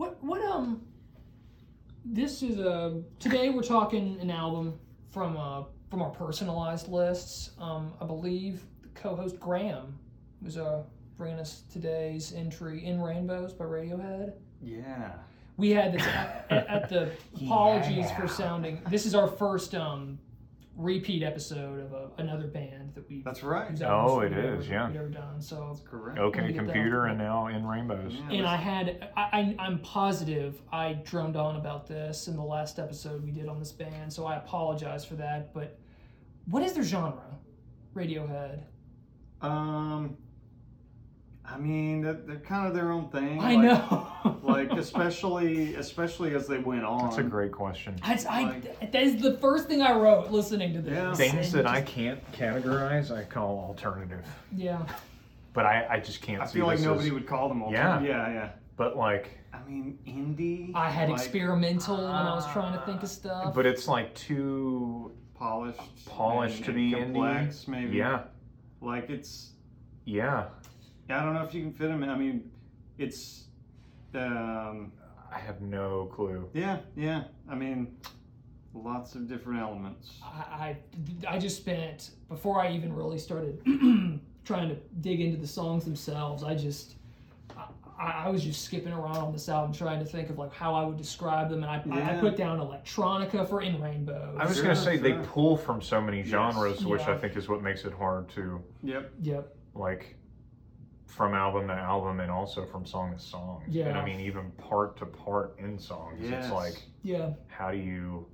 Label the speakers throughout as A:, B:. A: um, this is a today we're talking an album from uh from our personalized lists. Um, I believe co-host Graham was uh bringing us today's entry in Rainbows by Radiohead.
B: Yeah.
A: We had this at, at the apologies
B: Yeah.
A: for sounding. This is our first um repeat episode of a, another band that we.
B: That's right.
A: whose
B: That's
A: albums
C: Oh, it
A: we've never-
C: is, yeah.
A: we've never done so.
B: correct.
A: Let
C: Okay,
A: me get that
C: computer,
A: out.
C: and now in rainbows.
B: Yeah,
A: And
B: let's-
A: I had, I, I, I'm positive I droned on about this in the last episode we did on this band, so I apologize for that. But what is their genre? Radiohead.
B: Um, I mean, they're, they're kind of their own thing.
A: I
B: like-
A: know.
B: Like especially, especially as they went on.
C: That's a great question.
A: I, I, that is the first thing I wrote listening to this.
B: Yeah.
C: Things
A: And
C: that I
A: just-
C: can't categorize, I call alternative.
A: Yeah.
C: But I, I just can't
B: I
C: see
B: feel like
C: this
B: nobody
C: as-
B: would call them all.
C: Yeah.
B: yeah, yeah.
C: But like,
B: I mean, indie.
A: I had
B: like, ah.
A: experimental when I was trying to think of stuff.
C: but it's like too.
B: polished,
C: Polished
B: and-
C: to be
B: and
C: indie.
B: complex, maybe.
C: Yeah,
B: Like it's
C: yeah.
B: I don't know if you can fit them in. I mean, it's, um,
C: I have no clue.
B: yeah, yeah. I mean, lots of different elements.
A: I, I I just spent before I even really started trying to dig into the songs themselves. I just I, I was just skipping around on this album trying to think of like how I would describe them, and I, I
B: Yeah.
A: put down electronica for In Rainbow.
C: I was
B: Sure,
C: gonna say they
B: sure.
C: pull from so many
B: Yes.
C: genres, which
A: Yeah.
C: I think is what makes it hard to
B: Yep.
A: Yep.
C: like from album to album and also from song to song. And
A: Yeah.
C: I mean even part to part in songs.
B: Yes.
C: It's like
A: Yeah.
C: how do you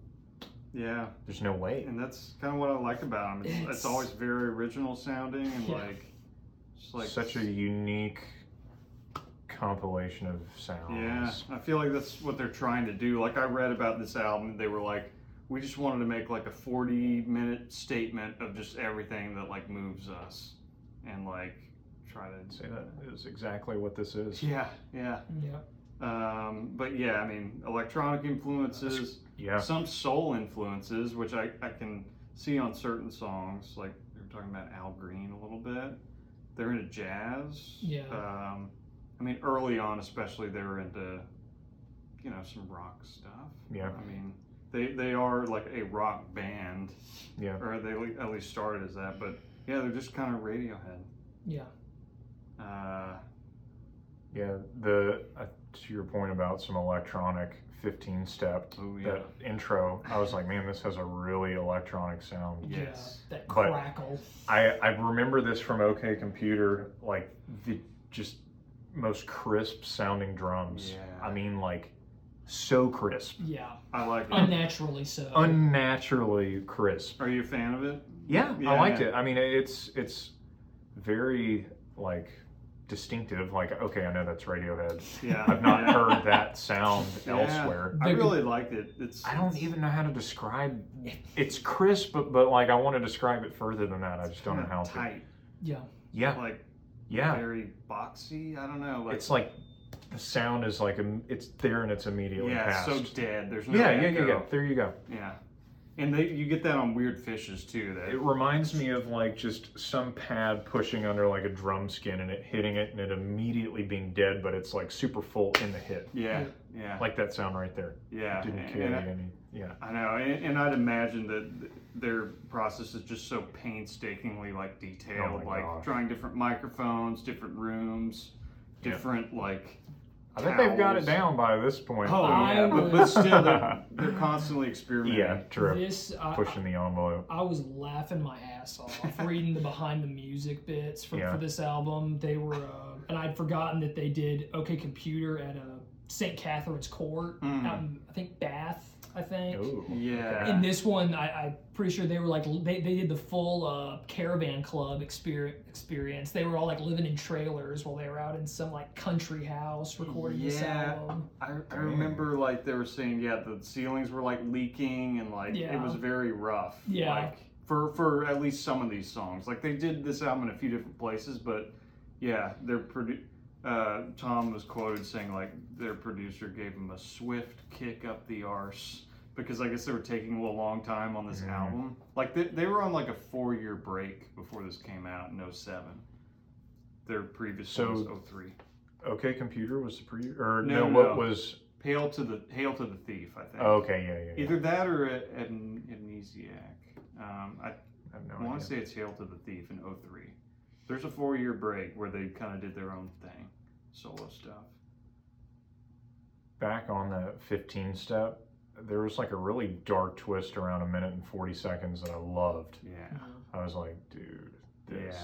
B: Yeah,
C: there's no way.
B: and that's kind of what I like about them. It's, it's,
A: It's-
B: always very original sounding and
A: Yeah.
B: like, just like
C: such a unique compilation of sounds.
B: Yeah, I feel like that's what they're trying to do. Like I read about this album, they were like, we just wanted to make like a forty-minute statement of just everything that like moves us, and like try
C: I'd
B: to.
C: say that is exactly what this is.
B: Yeah, yeah.
A: Yeah.
B: Um, but yeah, I mean, electronic influences,
C: Yeah.
B: some soul influences, which I, I can see on certain songs. Like they were talking about Al Green a little bit. They're into jazz.
A: Yeah.
B: Um, I mean, early on, especially, they were into, you know, some rock stuff.
C: Yeah.
B: I mean, they they are like a rock band,
C: Yeah.
B: or they le- at least started as that. But yeah, they're just kind of Radiohead.
A: Yeah.
B: Uh,
C: Yeah. The uh, to your point about some electronic 15 step
B: oh yeah.
C: that intro, I was like, man, this has a really electronic sound.
B: Yes.
A: Yeah. That
C: But-
A: crackle.
C: I, I remember this from OK Computer, like the just most crisp sounding drums.
B: Yeah.
C: I mean, like so crisp,
A: Yeah.
B: I like it.
A: Unnaturally so.
C: unnaturally crisp.
B: are you a fan of it?
C: Yeah,
B: Yeah.
C: I liked it. I mean, it's it's very like distinctive. Like, okay, I know that's Radiohead.
B: Yeah.
C: I've not
B: yeah.
C: heard that sound
B: Yeah.
C: elsewhere.
B: I
A: Big-
B: really liked it. It's
C: I don't even know how to describe. It's crisp, but, but like I want to describe it further than that. I just don't know
B: kinda
C: how. To.
B: tight,
A: yeah.
C: Yeah,
B: like
C: yeah.
B: very boxy. I don't know. Like
C: it's like the sound is like im- it's there and it's immediately
B: yeah,
C: past.
B: so dead. There's no
C: yeah, yeah, yeah,
B: echo.
C: yeah. There you go.
B: Yeah. and they you get that on Weird Fishes too. That
C: It reminds me of like just some pad pushing under like a drum skin and it hitting it and it immediately being dead, but it's like super full in the hit.
B: yeah, yeah,
C: Like that sound right there.
B: yeah.
C: Didn't
B: And-
C: carry
B: and I-
C: any. Yeah.
B: I know, and, and I'd imagine that th- their process is just so painstakingly like detailed,
C: Oh my
B: like
C: gosh.
B: trying different microphones, different rooms,
C: Yeah.
B: different like.
C: I think they've got it
B: Towels.
C: down by this point.
B: Oh,
A: I
B: yeah, but,
A: would-
B: but still, they're, they're constantly experimenting.
C: yeah, true.
A: This I,
C: Pushing the envelope.
A: I was laughing my ass off reading the behind the music bits for,
C: Yeah.
A: for this album. They were, uh, and I'd forgotten that they did OK Computer at a St. Catherine's Court,
B: Mm.
A: out in, I think Bath, I think.
C: Ooh.
B: Yeah.
A: And this one, I, I'm pretty sure they were like they, they did the full uh, caravan club exper- experience. They were all like living in trailers while they were out in some like country house recording this
B: Yeah.
A: album.
B: I, I
C: Dang.
B: remember like they were saying yeah the ceilings were like leaking and like it
A: Yeah.
B: was very rough
A: Yeah.
B: like for for at least some of these songs like they did this album in a few different places but yeah their produ- uh, Tom was quoted saying like their producer gave him a swift kick up the arse because I guess they were taking a long time on this
C: Mhm.
B: album like they, they were on like a four year break before this came out in 07 their previous oh
C: So-
B: song was 03
C: Okay, computer was the pre or
B: No,
C: no,
B: no.
C: what was
B: Hail to the Hail to the Thief, I think.
C: Oh, Okay, yeah, yeah. yeah.
B: Either that or a- an Amnesiac. Um, I
C: I have no
B: I want to
C: idea.
B: say it's Hail to the Thief in 03. There's a four year break where they kind of did their own thing, solo stuff.
C: Back on the 15 step, there was like a really dark twist around a minute and 40 seconds that I loved.
B: Yeah.
A: Mhm.
C: I was like, dude, this,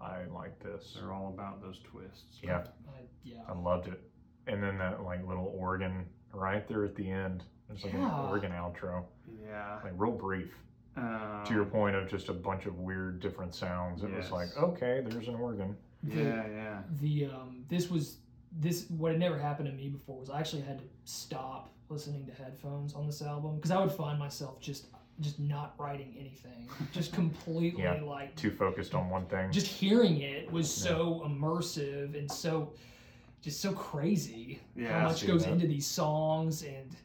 C: I like this.
B: They're all about those twists.
C: Yeah,
A: I, yeah.
B: Um,
C: I loved it. And then that like little organ right there at the end. There's like an
A: Yeah.
C: organ outro,
B: Yeah.
C: like real brief.
B: Um,
C: to your point of just a bunch of weird different sounds, it was like,
B: Yes.
C: okay, there's an organ.
A: The-
B: Um, Yeah, yeah.
A: the um this was this what had never happened to me before was I actually had to stop listening to headphones on this album because I would find myself just just not writing anything, just completely
C: Yeah.
A: like
C: Too focused on one thing.
A: just hearing it was so immersive and so just so crazy how
B: Yeah.
C: I
A: much
C: see
A: goes
C: that.
A: into these songs and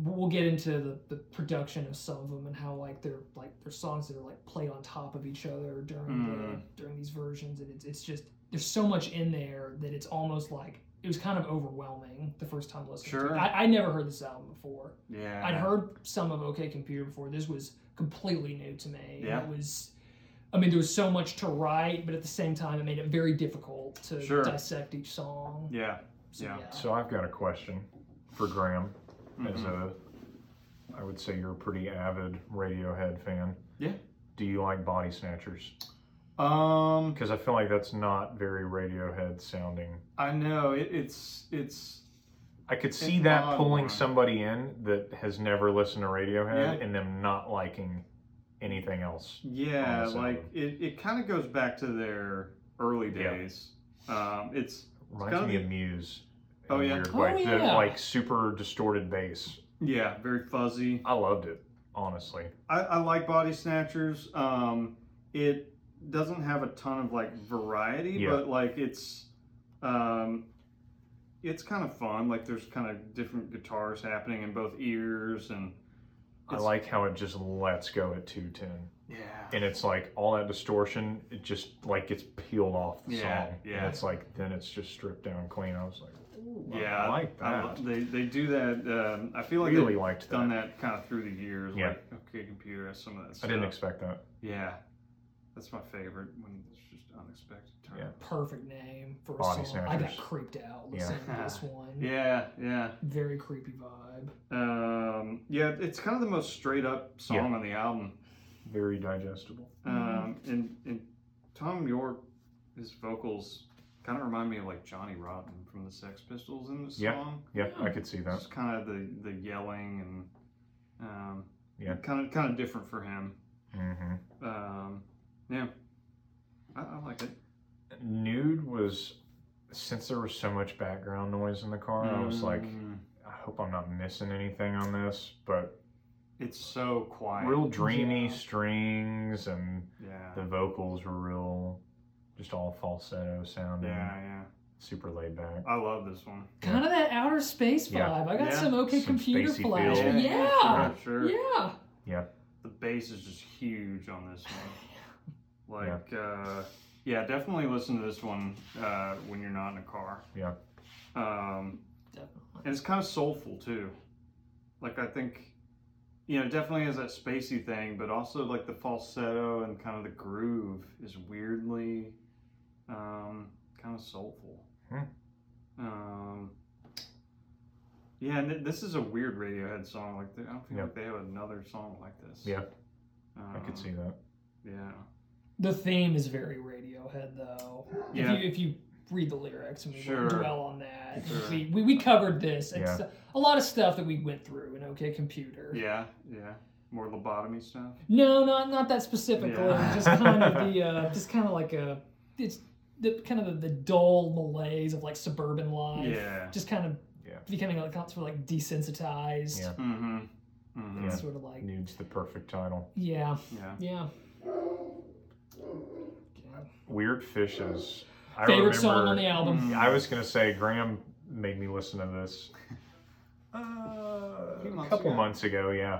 A: we'll get into the, the production of some of them and how like they're like they're songs that are like played on top of each other during
B: Mm.
A: the, during these versions and it's, it's just there's so much in there that it's almost like it was kind of overwhelming the first time listening to
B: Sure.
A: it. I, I never heard this album before
B: Yeah.
A: I'd heard some of OK Computer before. This was completely new to me.
B: Yeah.
A: It was, I mean, there was so much to write, but at the same time, it made it very difficult to
B: Sure.
A: dissect each song.
B: Yeah.
A: So,
B: Yeah.
C: So I've got a question for Graham. As
B: Mhm.
C: a, I would say you're a pretty avid Radiohead fan.
B: Yeah.
C: Do you like Body Snatchers?
B: Um,
C: Because I feel like that's not very Radiohead sounding.
B: I know it, it's it's
C: I could see
B: It's
C: that
B: odd
C: pulling
B: one.
C: somebody in that has never listened to Radiohead
B: Yeah.
C: and them not liking anything else.
B: yeah,
C: this
B: like
C: album.
B: it, it kind of goes back to their early
C: Yeah.
B: days. Um, it's
C: Reminds
B: gotta
C: me
B: be-
C: of Muse. in
B: Oh,
C: a
B: yeah.
C: weird
A: Oh,
C: way. The,
A: yeah.
C: like super distorted bass.
B: yeah, very fuzzy.
C: I loved it, honestly.
B: I, I like Body Snatchers. Um, it doesn't have a ton of like variety,
C: Yeah.
B: but like it's um, it's kind of fun. Like there's kind of different guitars happening in both ears, and
C: I
B: It's-
C: like how it just lets go at 210.
B: yeah,
C: And it's like all that distortion, it just like gets peeled off the
B: Yeah,
C: song.
B: yeah.
C: And it's like then it's just stripped down clean. I was like, Ooh,
B: yeah,
C: I like that.
B: I lo- they they do that. Um, I feel like
C: really
B: they've
C: liked that.
B: done that kind of through the years.
C: Yeah.
B: Like okay, computer has some of that.
C: I
B: Stuff.
C: didn't expect that.
B: Yeah, that's my favorite when it's just unexpected. Turn.
A: Perfect name for a
C: Body
A: song. I got
C: Snatchers.
A: creeped out
C: Yeah.
A: listening to this one.
B: Yeah, yeah.
A: Very creepy vibe.
B: Um, yeah, it's kind of the most straight up song
C: Yeah.
B: on the album.
C: Very digestible.
B: Um,
C: Mm-hmm.
B: and, and Tom York, his vocals kind of remind me of like Johnny Rotten from the Sex Pistols in this
C: Yeah.
B: song.
C: Yeah, I could see that.
B: Just kind of the, the yelling and um,
C: Yeah.
B: kind of kind of different for him.
C: hmm
B: Um, yeah, I, I like it.
C: Nude was, since there was so much background noise in the car, I was like,
B: Mm,
C: I hope I'm not missing anything on this, but
B: it's so quiet.
C: real dreamy
A: Yeah.
C: strings and
B: yeah,
C: the vocals were real, just all falsetto sounding,
B: yeah, yeah.
C: super laid back.
B: I love this one.
A: Kind of that outer space vibe.
C: Yeah.
A: I got
B: Yeah.
A: some OK
C: Some
A: Computer
C: spacey
A: flash.
C: feel.
A: Yeah. Yeah.
B: sure, sure.
C: Yeah.
B: The bass is just huge on this one. Like, uh, yeah, definitely listen to this one uh, when you're not in a car.
C: Yeah.
B: Um,
A: Definitely.
B: and it's kind of soulful too. Like, I think, you know, it definitely has that spacey thing, but also like the falsetto and kind of the groove is weirdly um, kind of soulful.
C: Hmm.
B: Um, yeah, and th- this is a weird Radiohead song. Like, they, I don't feel
C: Yeah.
B: like they have another song like this.
C: Yeah. I
B: Um,
C: could see that.
B: Yeah.
A: The theme is very Radiohead, though.
B: Yeah.
A: If you if you read the lyrics and we
B: Sure.
A: won't dwell on that,
B: Sure.
A: we, we we covered this and
C: Yeah.
A: stu- a lot of stuff that we went through in OK Computer.
B: Yeah, yeah. More lobotomy stuff.
A: No, not not that specifically.
B: Yeah.
A: Just kind of the uh, just kind of like a it's the kind of the, the dull malaise of like suburban life.
B: Yeah.
A: Just kind of
C: Yeah.
A: becoming like sort of like desensitized.
C: Yeah.
B: Mm-hmm. Mm-hmm.
A: It's
C: Yeah.
A: Sort of like
C: Nude's the perfect title.
A: yeah,
B: Yeah.
A: yeah.
C: Weird Fishes. I
A: Favorite
C: remember,
A: song on the album.
B: Mm.
C: I was going to say, Graham made me listen to this uh,
B: few
C: a
B: months
C: couple
B: ago.
C: months ago, yeah.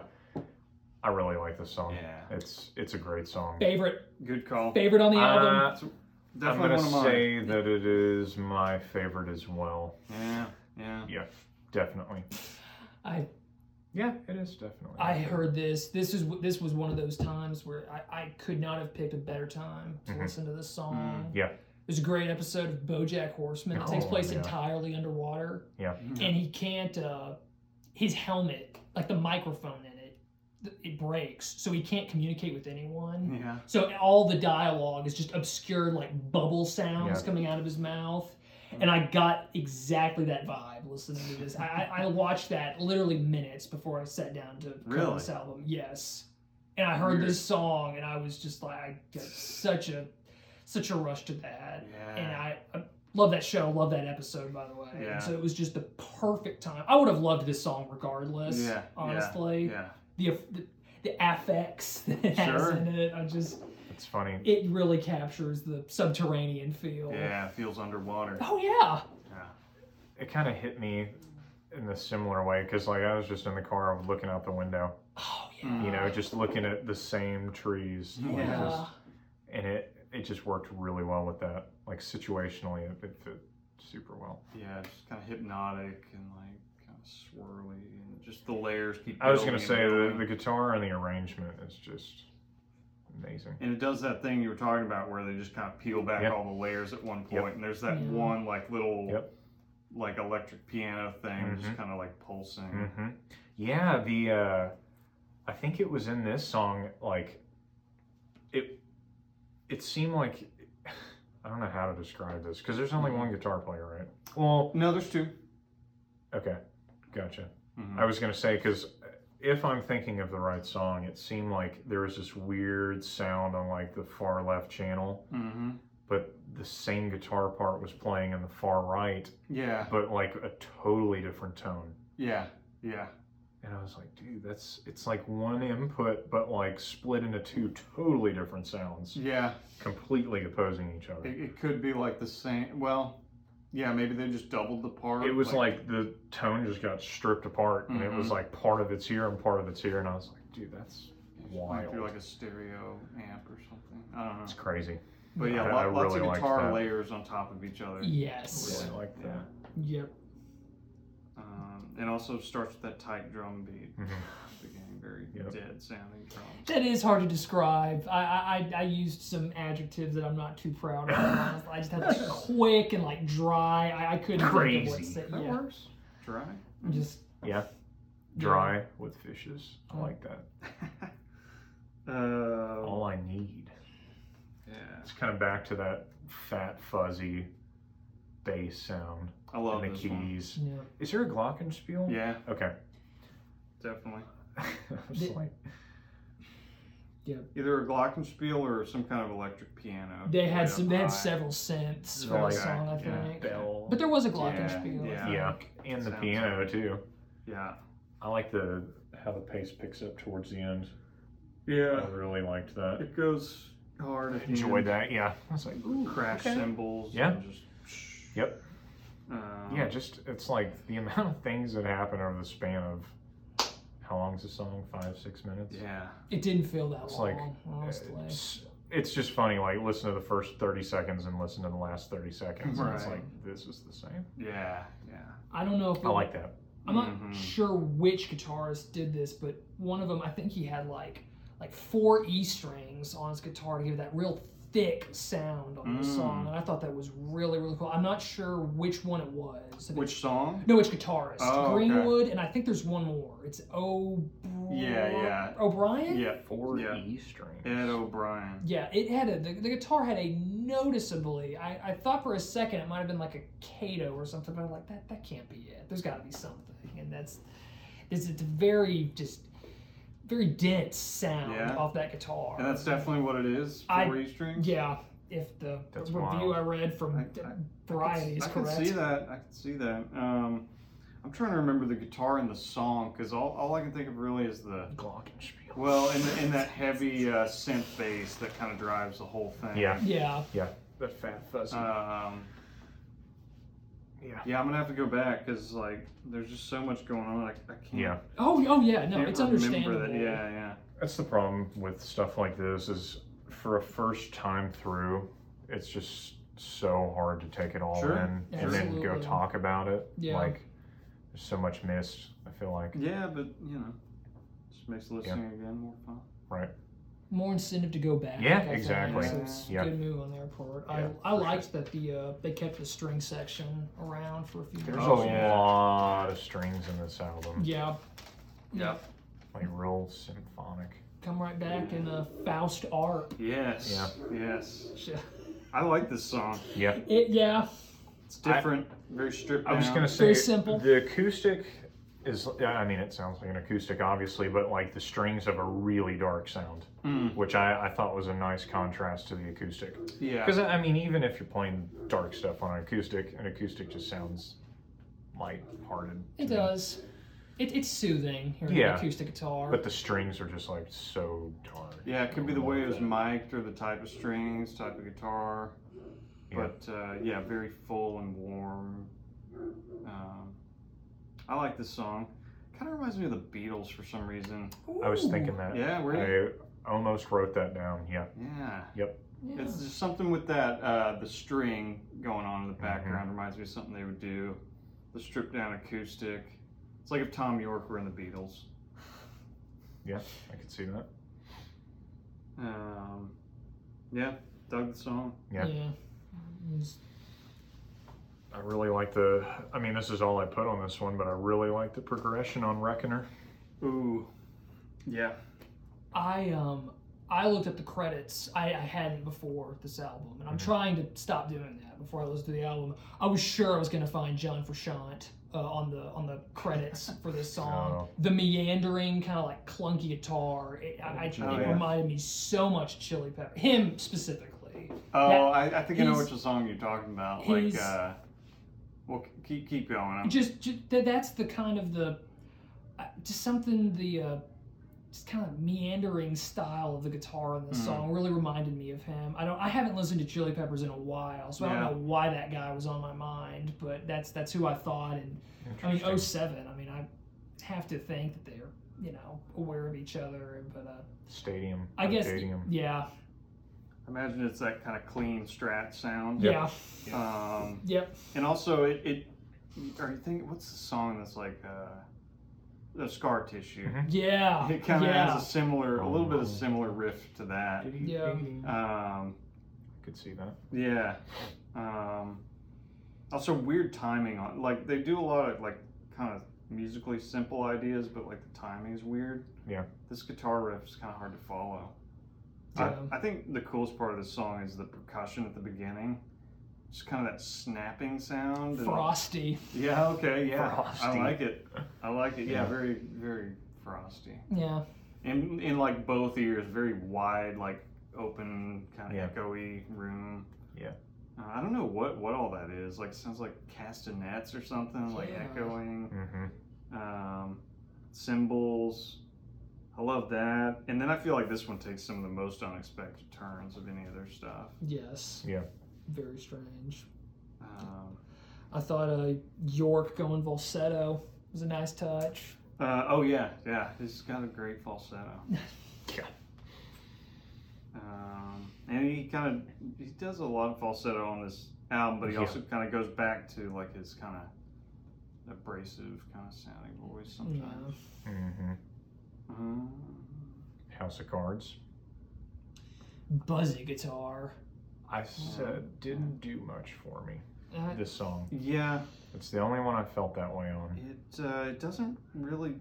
C: I really like this song.
B: Yeah.
C: It's it's a great song.
A: Favorite
B: Good call.
A: favorite on the album.
C: Mm. Uh, I'm
B: Definitely
C: gonna
B: one of mine.
C: say that it is my favorite as well.
B: Yeah. Yeah.
C: Yeah, Definitely.
A: I
C: Yeah, it is definitely.
A: I heard this. This is this was one of those times where I, I could not have picked a better time to
C: Mhm.
A: listen to this song.
C: Mm, Yeah.
A: There's a great episode of BoJack Horseman. It takes
C: Oh,
A: place
C: yeah.
A: entirely underwater.
B: Yeah.
A: and he can't uh his helmet like the microphone in it th- it breaks so he can't communicate with anyone
B: Yeah.
A: so all the dialogue is just obscure like bubble sounds
C: Yeah.
A: coming out of his mouth
B: Mm-hmm.
A: and i got exactly that vibe listening to this I, I I watched that literally minutes before i sat down to cover
B: Really?
A: this album yes and i heard
B: Weird.
A: this song and i was just like i got such a such a rush to that and
B: Yeah.
A: I, I love that show. Love that episode, by the way. And
B: Yeah.
A: so it was just the perfect time. I would have loved this song regardless.
B: Yeah, yeah,
A: Honestly,
B: Yeah.
A: The, the the affects that it has
B: Sure.
A: in it, I just
C: It's funny.
A: it really captures the subterranean feel.
B: Yeah. it Feels underwater.
A: Oh yeah.
B: Yeah.
C: It kind of hit me in a similar way because like I was just in the car looking out the window,
A: Oh yeah.
B: Mm.
C: you know, just looking at the same trees.
B: Yeah.
A: Yeah.
C: Like, it was- and it it just worked really well with that. Like situationally, it, it fit super well.
B: Yeah. It's kind of hypnotic and like kind of swirly and just the layers keep.
C: I was gonna
B: building
C: say
B: and
C: the,
B: building.
C: the guitar and the arrangement is just amazing.
B: And it does that thing you were talking about where they just kind of peel back
C: Yep.
B: all the layers at one
C: Yep.
B: point, and there's that
A: Yeah.
B: one like little
C: Yep.
B: like electric piano thing
C: Mhm.
B: just kind of like pulsing.
C: hmm Yeah, the uh, I think it was in this song. Like it, it seemed like I don't know how to describe this because there's only one guitar player, right? Well,
B: No, there's 2
C: okay, gotcha.
B: Mhm.
C: I was gonna say because if I'm thinking of the right song, it seemed like there was this weird sound on like the far left channel,
B: Mhm.
C: but the same guitar part was playing in the far right,
B: Yeah,
C: but like a totally different tone.
B: yeah, yeah.
C: And I was like, dude, that's it's like one input, but like split into two totally different sounds,
B: Yeah,
C: completely opposing each
B: it,
C: other.
B: it could be like the same. Well, yeah, maybe they just doubled the part.
C: It was like the tone just got stripped apart, and it was
B: Mhm.
C: like part of it's here and part of it's here. And I was like, dude, that's
B: just went through
C: wild.
B: like a stereo amp or something. I don't know.
C: that's crazy.
B: But yeah,
C: I-
B: lot,
C: I
B: lots
C: really
B: of
C: liked
B: guitar
C: that.
B: layers on top of each other.
C: I
A: Yes.
C: really like
B: Yeah.
C: that.
A: Yep.
B: Um, and also starts with that tight drum beat.
C: Mhm.
B: Beginning very
C: Yep.
B: dead sounding drums.
A: That is hard to describe. I, I I- I used some adjectives that I'm not too proud of. honestly. I just had like quick and like dry. I, I couldn't Think of what to
C: Crazy.
A: say.
B: That
A: Yeah.
B: works. Dry.
A: Just
C: Dry with fishes. I
A: Mm.
C: like that.
B: uh,
C: All I need.
B: yeah.
C: It's kind of back to that fat fuzzy bass sound
B: I love
C: and the
B: this one.
C: keys.
A: yeah.
C: Is there a glockenspiel?
B: Yeah,
C: Okay.
B: definitely.
C: I was
A: Th-
C: like,
B: Either a glockenspiel or some kind of electric piano.
A: They had
B: Yeah,
A: some. They had
B: right.
A: several synths for
C: Like,
A: the song, I
B: yeah.
A: think.
C: bell.
A: But there was a
B: Yeah,
A: glockenspiel. I
B: yeah.
A: think.
C: Yeah, and the
B: Sounds-
C: piano too.
B: Yeah.
C: I like the how the pace picks up towards the end.
B: Yeah.
C: I really liked that.
B: It goes hard. at the
C: Enjoyed
B: end.
C: that. Yeah, Mm. I was like, ooh,
B: Crash
C: okay.
B: cymbals.
C: Yeah.
B: and just-
C: Yep.
B: Um,
C: Yeah, just it's like the amount of things that happen over the span of how long's the song? Five, six minutes.
B: Yeah.
A: It didn't feel that
C: It's
A: long,
C: like,
A: honestly.
C: It's, it's just funny. Like listen to the first thirty seconds and listen to the last thirty seconds. And it's
B: Right.
C: like this is the same.
B: Yeah. Yeah.
A: I don't know if it,
C: I like that.
A: I'm not
B: Mhm.
A: sure which guitarist did this, but one of them, I think he had like like four E strings on his guitar to give that real thick sound on the
B: Mm.
A: song, and I thought that was really really cool. I'm not sure which one it was. If
B: Which song?
A: it- no, it's guitarist
B: Oh, okay.
A: Greenwood, and I think there's one more. It's O.
B: Yeah, yeah.
A: O'Brien.
B: Yeah.
C: Four
B: Yeah.
C: E strings.
B: Ed O'Brien.
A: Yeah, it had a the, the guitar had a noticeably. I, I thought for a second it might have been like a Kato or something, but I'm like that that can't be it. There's got to be something, and that's this it's a very just very dense sound
B: Yeah.
A: off that guitar.
B: And that's definitely what it is. Four
A: I-
B: E strings.
A: yeah. If the
C: That's
A: review
C: wild.
A: I read from
B: I-
A: D-
B: I-
A: Variety is
B: I can
A: correct.
B: see that. I can see that. Um, I'm trying to remember the guitar in the song because all, all I can think of really is the
C: Glockenspiel.
B: well, and, and that heavy uh, synth bass that kind of drives the whole thing.
C: Yeah.
A: Yeah,
C: That fat fuzzy.
B: Um,
C: yeah.
B: yeah, I'm gonna have to go back because like there's just so much going on. I, I can't.
C: Yeah.
A: Oh, oh yeah. No,
B: can't
A: it's
B: remember
A: understandable.
B: that. Yeah, yeah.
C: That's the problem with stuff like this is for a first time through, it's just so hard to take it all
B: Sure.
C: in and then go
A: Absolutely.
C: talk about it.
A: Yeah.
C: Like There's so much missed. I feel like
B: Yeah, but you know, just makes listening again more fun.
A: more incentive to go back.
C: Yeah,
A: I think.
C: exactly.
A: So it's a
C: Yeah.
A: good move on their part.
C: Yeah,
A: I, I
C: for
A: liked that the uh, they kept the string section around for a few
C: there's
A: years.
B: Oh,
C: a
B: yeah.
C: lot of strings in this album.
A: Yeah.
B: Yeah.
C: Like real symphonic.
A: Come right back in uh, Faust art.
B: Yes. Yes. I like this song.
C: Yeah.
A: It, yeah.
B: It's different. very stripped.
C: I was
B: down.
C: gonna say
A: Very simple.
C: the acoustic is. yeah, I mean, it sounds like an acoustic, obviously, but like the strings have a really dark sound,
B: Mm,
C: which I, I thought was a nice contrast to the acoustic.
B: yeah.
C: Because I mean, even if you're playing dark stuff on an acoustic, an acoustic just sounds light-hearted. to
A: It
C: me.
A: does. It, it's soothing hearing an
C: Yeah.
A: acoustic guitar.
C: But the strings are just like so dark.
B: Yeah, it could be the way it was
C: Yeah.
B: mic'd or the type of strings, type of guitar.
C: Yeah.
B: But uh, yeah, very full and warm. Um, I like this song. Kind of reminds me of the Beatles for some reason.
C: I was
A: Ooh.
C: thinking that.
B: Yeah, really.
C: I almost wrote that down. Yeah.
B: Yeah.
A: Yeah.
B: It's just something with that uh, the string going on in the background reminds me of something they would do. The stripped down acoustic. It's like if Tom York were in the Beatles.
C: I could see that.
B: Um, yeah, dug the song.
C: Yeah.
A: It's-
C: I really like the. I mean, this is all I put on this one, but I really like the progression on Reckoner.
B: Ooh. Yeah.
A: I um I looked up the credits. I, I hadn't before this album, and I'm
B: Mm-hmm.
A: trying to stop doing that before I listen to the album. I was sure I was going to find John Frusciante uh, on the on the credits for this song.
C: Oh.
A: The meandering kind of like clunky guitar. It, I, I,
B: Oh,
A: it
B: yeah.
A: reminded me so much of Chili Pepper. Him specifically.
B: Oh,
A: Yeah.
B: I, I think I know
A: He's-
B: which song you're talking about. Like,
A: he's-
B: uh, well, c- keep keep going. I'm-
A: Just, ju- that that's the kind of the uh, just something the uh, just kind of meandering style of the guitar in this
B: Mhm.
A: song really reminded me of him. I don't I haven't listened to Chili Peppers in a while, so I
B: Yeah.
A: don't know why that guy was on my mind, but that's that's who I thought and I mean oh,
C: Interesting.
A: 07, I mean I have to think that they're, you know, aware of each other, but uh,
C: Stadium.
A: I guess
C: Stadium.
A: yeah.
B: I imagine it's that kind of clean strat sound.
A: Yeah.
B: Um,
A: Yep.
B: and also it, it. Are you thinking what's the song that's like uh, the scar tissue?
C: Mhm.
A: Yeah.
B: It kind
A: Mm-hmm.
B: of
A: yeah. Oh.
B: has a similar, a little bit of similar riff to that.
A: Yeah.
B: Um,
C: I could see that.
B: yeah. Um, also weird timing on like they do a lot of like kind of musically simple ideas, but like the timing is weird.
C: Yeah.
B: This guitar riff is kind of hard to follow.
A: Yeah.
B: I, I think the coolest part of the song is the percussion at the beginning. Just kind of that snapping sound. and-
A: Frosty.
B: Yeah. Okay. Yeah.
C: Frosty.
B: I like it. I like it. Yeah.
C: Yeah.
B: Very, very frosty.
A: Yeah.
B: In in like both ears, very wide, like open, kind of
C: Yeah.
B: echoey room.
C: Yeah.
B: Uh, I don't know what what all that is. Like sounds like castanets or something, like
A: Yeah.
B: echoing
C: Mm-hmm.
B: um, cymbals. I love that. And then I feel like this one takes some of the most unexpected turns of any of their stuff.
A: Yes.
C: Yeah.
A: Very strange.
B: Um,
A: I thought uh, York going falsetto was a nice touch.
B: uh, oh yeah, yeah. He's got a great falsetto.
C: Yeah.
B: Um, and he kind of he does a lot of falsetto on this album, but he
C: Yeah.
B: also kind of goes back to like his kind of abrasive kind of sounding voice
A: Yeah.
B: sometimes.
C: Mm-hmm.
B: Um,
C: House of Cards.
A: Mm. Buzzy guitar.
C: I said didn't do much for me.
A: Uh,
C: This song.
B: yeah.
C: It's the only one I felt that way on.
B: It uh, it doesn't really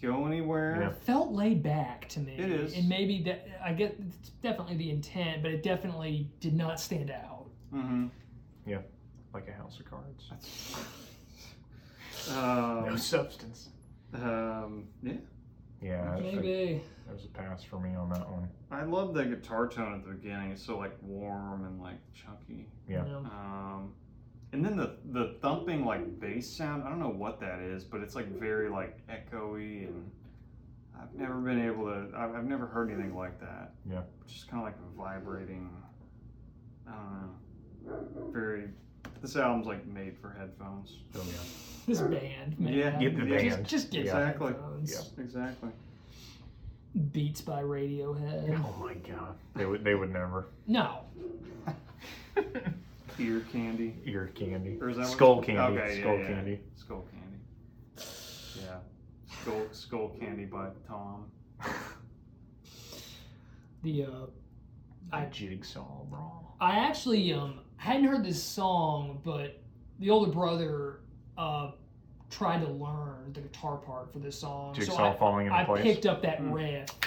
B: go anywhere.
C: Yeah.
A: felt laid back to me.
B: It is.
A: And maybe that, I get it's definitely the intent, but it definitely did not stand out.
B: Mm-hmm.
C: Like a House of Cards. no
B: Um,
C: substance.
B: um, yeah,
C: Yeah. I think
A: Maybe.
C: That was a pass for me on that one.
B: I love the guitar tone at the beginning. It's so like warm and like chunky.
C: Yeah.
A: You know,
B: Um, and then the the thumping like bass sound. I don't know what that is, but it's like very like echoey, and I've never been able to. I've, I've never heard anything like that.
C: Yeah.
B: just kind of like a vibrating. I don't know. Very. This album's like made for headphones.
A: Oh,
C: So yeah.
A: This band, man.
B: Yeah,
C: Get the
B: Yeah.
A: Just,
C: band.
A: just get
C: Yeah.
B: Exactly.
A: headphones.
C: Yeah.
B: Exactly.
A: Beats by Radiohead.
C: Oh my god. They would. They would never.
A: No.
B: Ear candy.
C: Ear candy.
B: Or is that what
C: Skull
B: it's-
C: candy.
B: Okay, yeah,
C: Skull
B: yeah.
C: candy.
B: Skull candy. Skull, Skull Candy by Tom.
A: The uh, I-
C: Jigsaw Brawl.
A: I actually um hadn't heard this song, but the older brother uh tried to learn the guitar part for this song.
C: Jigsaw
A: so I,
C: falling into
A: I
C: place.
A: picked up that
B: Mm.
A: riff
C: I-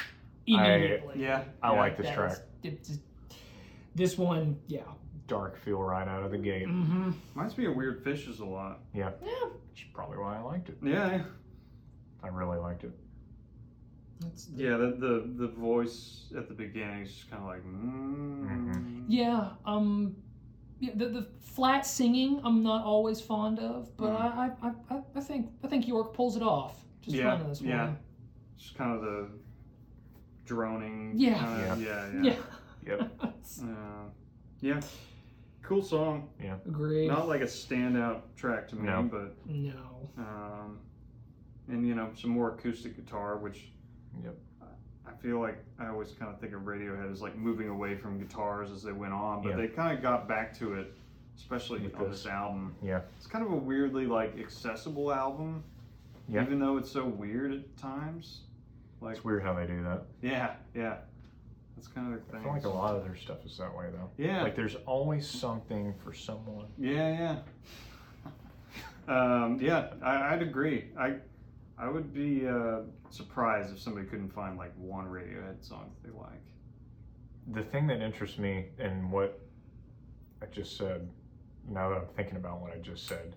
A: immediately.
B: Yeah,
C: I
B: yeah.
C: like this
A: That
C: track.
A: was- it just- this one, yeah.
C: Dark feel right out of the gate.
A: Mm-hmm.
B: Reminds me of Weird Fishes a lot.
A: Yeah.
C: Which is probably why I liked it.
B: Yeah,
C: I really liked it.
A: That's the-
B: yeah. The the, the voice at the beginning is just kind of like. Mm.
A: Yeah, um, yeah, the, the flat singing I'm not always fond of, but I I, I, I, I think I think York pulls it off. Just
B: Hmm. Yeah,
A: fine in this one.
B: yeah. Just kind of the droning.
A: Yeah.
B: kinda- yeah.
A: yeah.
B: Yeah.
C: Yep.
B: Uh, yeah. Cool song.
A: Agree.
B: Not like a standout track to me,
C: No.
B: but
A: no.
B: um, and you know some more acoustic guitar, which
C: Yep.
B: I feel like I always kind of think of Radiohead as like moving away from guitars as they went on, but
C: Yeah.
B: they kind of got back to it, especially
C: With
B: on
C: this.
B: this album.
C: Yeah.
B: it's kind of a weirdly like accessible album,
C: Yeah.
B: even though it's so weird at times. Like
C: It's weird how they do that.
B: yeah, yeah, that's kind of the
C: I
B: thing.
C: feel like a lot of their stuff is that way though.
B: yeah,
C: Like there's always something for someone.
B: Yeah, yeah. um, yeah, I, I'd agree. I I would be uh, surprised if somebody couldn't find like one Radiohead song that they like.
C: The thing that interests me and what I just said, now that I'm thinking about what I just said,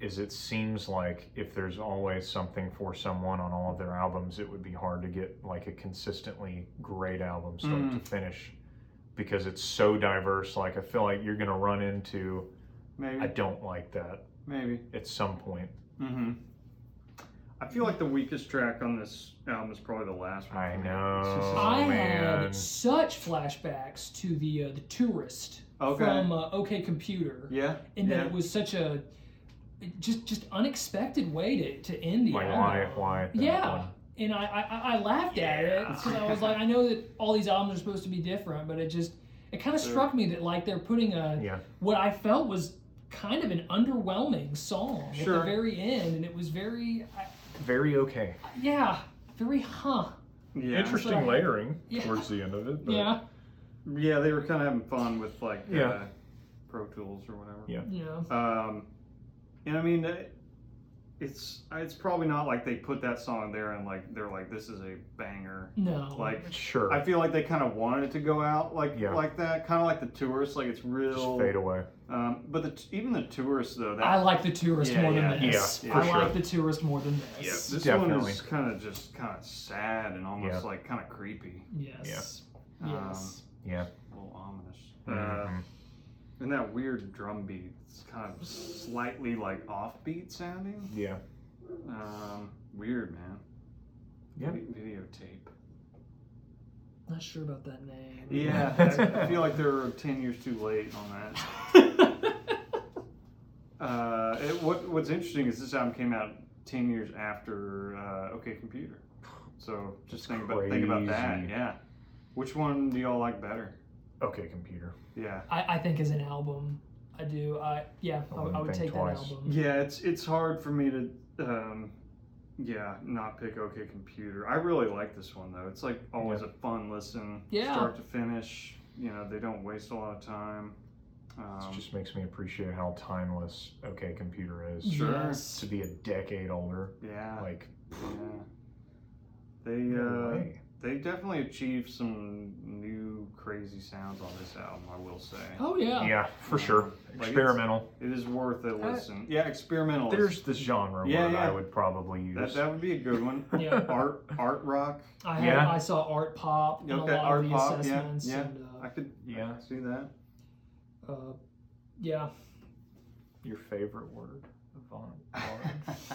C: is it seems like if there's always something for someone on all of their albums, it would be hard to get like a consistently great album start
B: Mm.
C: to finish because it's so diverse. Like I feel like you're gonna run into I
B: Maybe,
C: don't like that
B: maybe.
C: at some point.
B: Mm-hmm. I feel like the weakest track on this album is probably the last one.
C: I
B: for me.
C: know.
B: It's just-
C: Oh,
A: I
C: man.
A: had such flashbacks to the uh, the tourist
B: Okay.
A: from uh, OK Computer,
B: yeah.
A: and that
B: yeah.
A: it was such a just just unexpected way to, to end the
C: Like
A: album.
C: why why that
A: Yeah.
C: one?
A: and I, I, I- I laughed at it
B: Yeah.
A: because I was like, I know that all these albums are supposed to be different, but it just it kind of
B: Sure.
A: struck me that like they're putting a
C: Yeah.
A: what I felt was kind of an underwhelming song at
B: Sure.
A: the very end, and it was very I,
C: Very okay.
A: yeah very huh
B: yeah.
A: Interesting Right.
C: layering
A: Yeah. towards
C: the end of it.
A: yeah
B: Yeah, they were kind of having fun with like
C: Yeah.
B: uh, Pro Tools or whatever.
C: Yeah.
A: yeah
B: Um, and I mean, it- it's it's probably not like they put that song there and like they're like this is a banger.
A: no
B: Like
C: Sure.
B: I feel like they kind of wanted it to go out like
C: Yeah.
B: like that, kind of like the tourists. Like it's
C: just
B: real.
C: fade away.
B: Um, but the, t- even the tourists though, that
A: I like the tourist
B: Yeah,
A: more
B: yeah,
A: than this
B: yeah,
C: yeah,
A: I
C: for
A: like
C: sure.
A: the tourist more than
B: yeah,
A: this
B: this one
C: Definitely.
B: is kind of just kind of sad and almost like kind of creepy,
A: yes
B: Yeah.
A: yes
C: Yeah.
B: a little ominous. Uh,
C: Mhm.
B: and that weird drum beat, it's kind of slightly like offbeat sounding.
C: Yeah.
B: Um, weird man.
C: Yeah.
B: Vi- Videotape.
A: not sure about that name
B: Yeah, I I feel like they're ten years too late on that. Uh, it, what What's interesting is this album came out ten years after uh, OK Computer, so just
C: That's
B: think about think about that.
C: crazy.
B: Yeah, which one do y'all like better?
C: Okay, computer.
B: Yeah,
A: I, I think as an album I do I yeah I, would- I would
C: wouldn't think
A: take
C: twice.
A: that album
B: yeah, it's it's hard for me to, um, yeah, not pick OK Computer. I really like this one though. It's like always a fun listen,
A: Yeah.
B: start to finish. You know, they don't waste a lot of time. Um,
C: It just makes me appreciate how timeless Okay Computer is.
B: Sure.
A: yes.
C: To be a decade older,
B: yeah,
C: like
B: yeah. They
C: no
B: uh,
C: way.
B: They definitely achieved some new crazy sounds on this album, I will say.
A: oh yeah
C: yeah, for sure.
B: Like, it's-
C: Experimental.
B: It is worth a listen. yeah, experimental. is-
C: There's this genre
B: Yeah,
C: word
B: yeah.
C: I would probably use.
B: that, that would be a good one.
A: Yeah.
B: art art rock.
A: I had,
C: Yeah.
A: I saw art pop and
B: Okay,
A: a lot
B: art
A: of the
B: pop, yeah,
A: assessments
B: yeah.
A: and
B: I could
C: Yeah.
B: see that.
A: uh, uh, yeah
C: Your favorite word? Avant.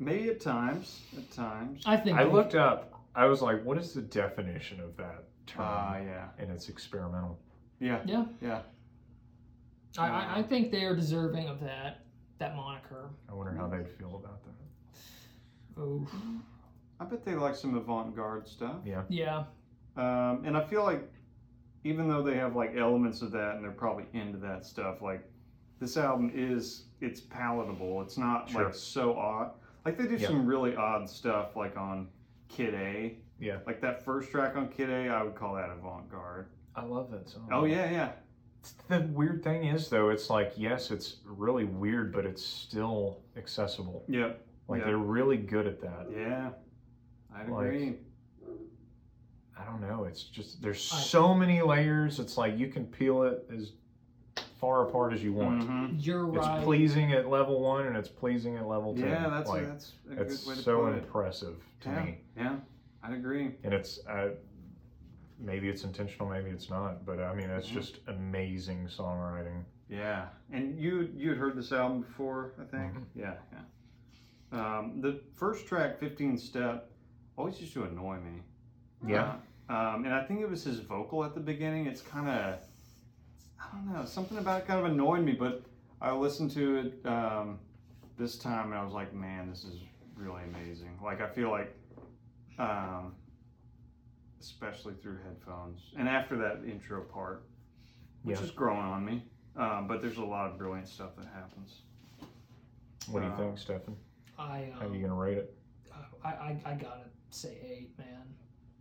B: Maybe at times, at times.
A: I think
C: I
A: they-
C: looked up. I was like, what is the definition of that term?
B: Ah, yeah,
C: and it's experimental.
B: yeah,
A: yeah
B: yeah.
A: I, I, I think they are deserving of that that moniker
C: I wonder how they'd feel about that.
A: oh
B: I bet they like some avant-garde stuff.
A: yeah
B: Um, and I feel like even though they have like elements of that and they're probably into that stuff, like this album is it's palatable. It's not
C: Sure.
B: like so odd. Like they do
C: Yeah.
B: some really odd stuff, like on Kid A.
C: Yeah.
B: Like that first track on Kid A, I would call that avant garde.
C: I love that song.
B: Oh yeah, yeah.
C: The weird thing is though, it's like yes, it's really weird, but it's still accessible.
B: Yep.
C: Like
B: Yeah.
C: they're really good at that.
B: Yeah. I
C: Like-
B: agree.
C: I don't know. It's just there's so many layers. It's like you can peel it as far apart as you want.
B: Mhm.
A: You're
C: It's
A: right.
C: pleasing at level one and it's pleasing at level ten.
B: Yeah, that's
C: like,
B: that's a
C: it's
B: good way to
C: so
B: put it.
C: impressive to
B: Yeah.
C: me.
B: Yeah, I'd agree.
C: and it's uh, maybe it's intentional, maybe it's not, but I mean it's
B: Mhm.
C: just amazing songwriting.
B: Yeah, and you you had heard this album before, I think.
C: Mhm.
B: Yeah, yeah. Um, the first track, "15 Step," always used to annoy me.
C: Yeah,
B: Uh, um, and I think it was his vocal at the beginning. It's kind of, I don't know, something about it kind of annoyed me. But I listened to it um, this time, and I was like, man, this is really amazing. Like I feel like, um, especially through headphones, and after that intro part, which
C: Yeah.
B: is growing on me. Um, but there's a lot of brilliant stuff that happens.
C: what do you
B: uh,
C: think, Stefan?
A: I,
C: How are you
A: um,
C: gonna rate it?
A: I, I I gotta say eight, man.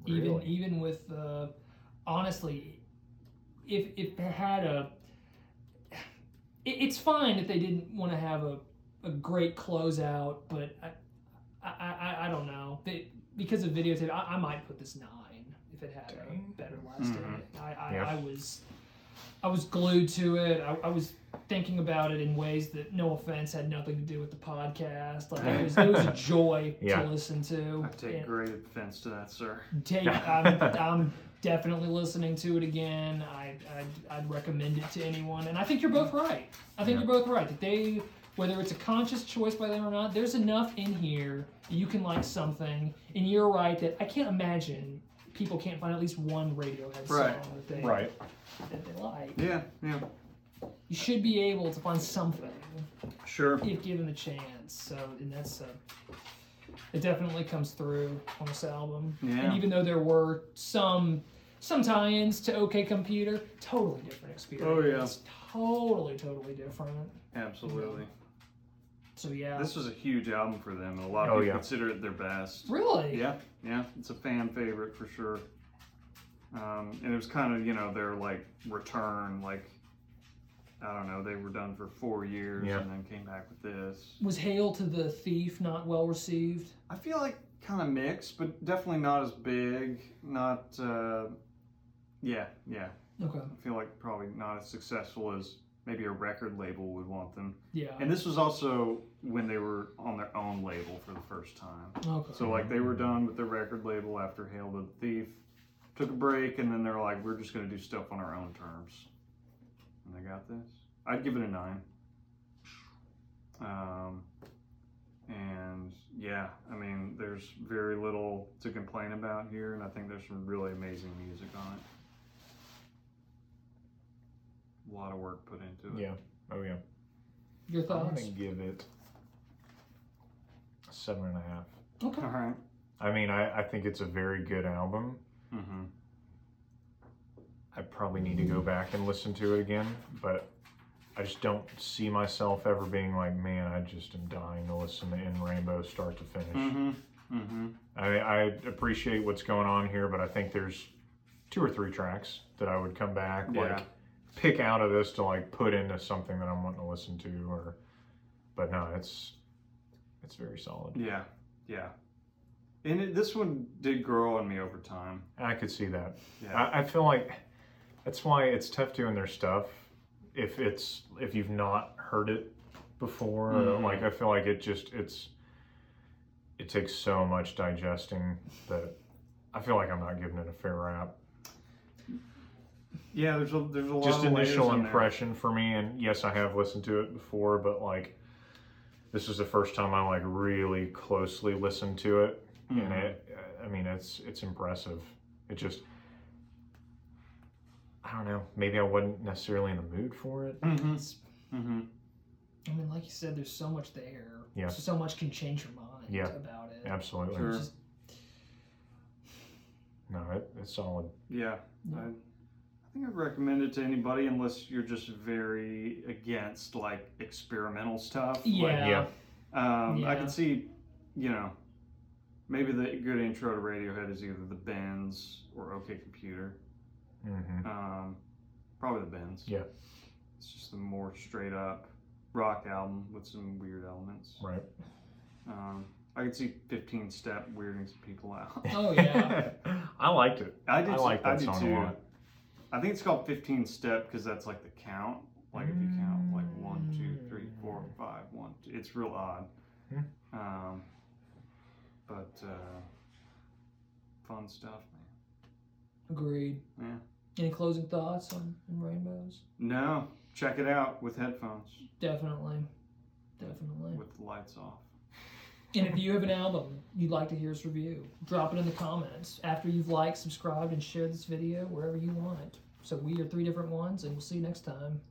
A: Even even with the honestly, if if it had a, it, it's fine if they didn't want to have a, a great closeout, but I I, I, I don't know They- because of videotape. I, I might put this nine if it had
C: Dang.
A: a better last day.
B: Mhm.
A: I I,
C: Mm-hmm. Yeah.
A: I was. I was glued to it. I, I was thinking about it in ways that, no offense, had nothing to do with the podcast. Like it was, it was a joy
C: Yeah.
A: to listen to.
B: I take
A: And-
B: great offense to that, sir.
A: take I'm, I'm definitely listening to it again I, I'd, I'd recommend it to anyone and i think you're both right i think
C: Yeah.
A: you're both right that they whether it's a conscious choice by them or not there's enough in here that you can like something and you're right that i can't imagine people can't find at least one radiohead
B: Right.
A: song that they,
C: Right.
A: that they like
B: Yeah, yeah,
A: you should be able to find something
B: sure.
A: if given the chance so and that's uh, it definitely comes through on this album
B: Yeah.
A: and even though there were some some tie-ins to OK Computer, totally different
B: Oh,
A: experience. Totally, totally different.
B: Absolutely.
A: So yeah,
B: This was a huge album for them, and a lot of
C: Oh,
B: people
C: yeah.
B: consider it their best.
A: really,
B: Yeah, yeah, it's a fan favorite for sure. Um, and it was kind of you know their like return, like I don't know, they were done for four years
C: Yeah.
B: and then came back with this.
A: was Hail to the Thief not well received?
B: I feel like kind of mixed, but definitely not as big. Not uh, yeah, yeah.
A: Okay,
B: I feel like probably not as successful as maybe a record label would want them.
A: yeah,
B: And this was also when they were on their own label for the first time.
A: okay,
B: So like they were done with the record label after Hail to the Thief, took a break, and then they're like, we're just gonna do stuff on our own terms. And they got this. I'd give it a nine. Um, and yeah, I mean, there's very little to complain about here, and I think there's some really amazing music on it. A lot of work put into it.
C: Yeah. Oh yeah.
A: your
C: I'm
A: thoughts?
C: gonna give it a seven and a half.
A: Okay,
B: All right.
C: I mean, I, I think it's a very good album.
B: Mm-hmm.
C: I probably need to go back and listen to it again, but I just don't see myself ever being like, man, I just am dying to listen to In Rainbow start to finish.
B: Mm-hmm. Mm-hmm.
C: I, I appreciate what's going on here, but I think there's two or three tracks that I would come back,
B: Yeah.
C: like pick out of this to like put into something that I'm wanting to listen to, or but no, it's it's very solid.
B: Yeah, yeah. And it, this one did grow on me over time.
C: I could see that.
B: Yeah,
C: I, I feel like that's why it's tough doing their stuff if it's if you've not heard it before.
B: Mhm.
C: Like I feel like it just it's it takes so much digesting that I feel like I'm not giving it a fair rap.
B: yeah. There's a there's a lot
C: just
B: of layers
C: initial
B: in there.
C: impression for me and yes i have listened to it before but like this is the first time i like really closely listened to it and
B: Mhm.
C: it i mean it's it's impressive it just i don't know maybe i wasn't necessarily in the mood for it
B: Mhm.
A: It's-
B: Mhm.
A: I mean, like you said, there's so much there.
C: Yeah.
A: So, so much can change your mind
C: Yeah.
A: about it.
C: absolutely
B: Sure.
A: Just-
C: no it, it's solid
B: Yeah. I, I think I'd recommend it to anybody unless you're just very against like experimental stuff.
A: yeah.
B: Like,
C: yeah.
B: um, I
A: Yeah.
B: could see you know, maybe the good intro to Radiohead is either the Bends or OK Computer.
C: Mm-hmm.
B: Um, probably the Bends.
C: Yeah.
B: It's just the more straight up rock album with some weird elements.
C: Right.
B: Um, I could see 15 Step weirding some people out.
A: Oh yeah.
C: I liked it.
B: I did.
C: I like
B: I
C: that
B: did
C: song
B: too.
C: a lot.
B: I think it's called 15 Step because that's like the count. Like if you count like one, two, three, four, five, one, two. It's real odd.
C: Mm. Hmm.
B: Um, but uh, fun stuff, man.
A: Agreed.
B: Yeah.
A: Any closing thoughts on, on rainbows?
B: No, check it out with headphones
A: Definitely. Definitely.
B: with the lights off.
A: And if you have an album you'd like to hear us review, drop it in the comments after you've liked, subscribed, and shared this video wherever you want. So we are three different ones, and we'll see you next time.